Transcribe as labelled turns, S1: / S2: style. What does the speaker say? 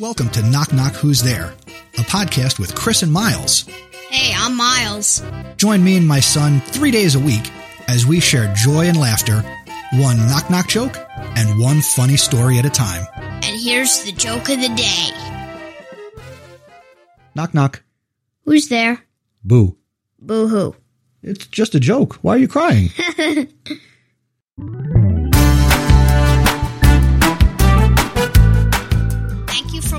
S1: welcome to Knock Knock Who's There, a podcast with Chris and Miles.
S2: Hey, I'm Miles.
S1: Join me and my son three days a week as we share joy and laughter, one knock knock joke, and one funny story at a time.
S2: And here's the joke of the day.
S1: Knock knock.
S2: Who's there?
S1: Boo.
S2: Boo hoo.
S1: It's just a joke. Why are you crying?
S2: Thank you for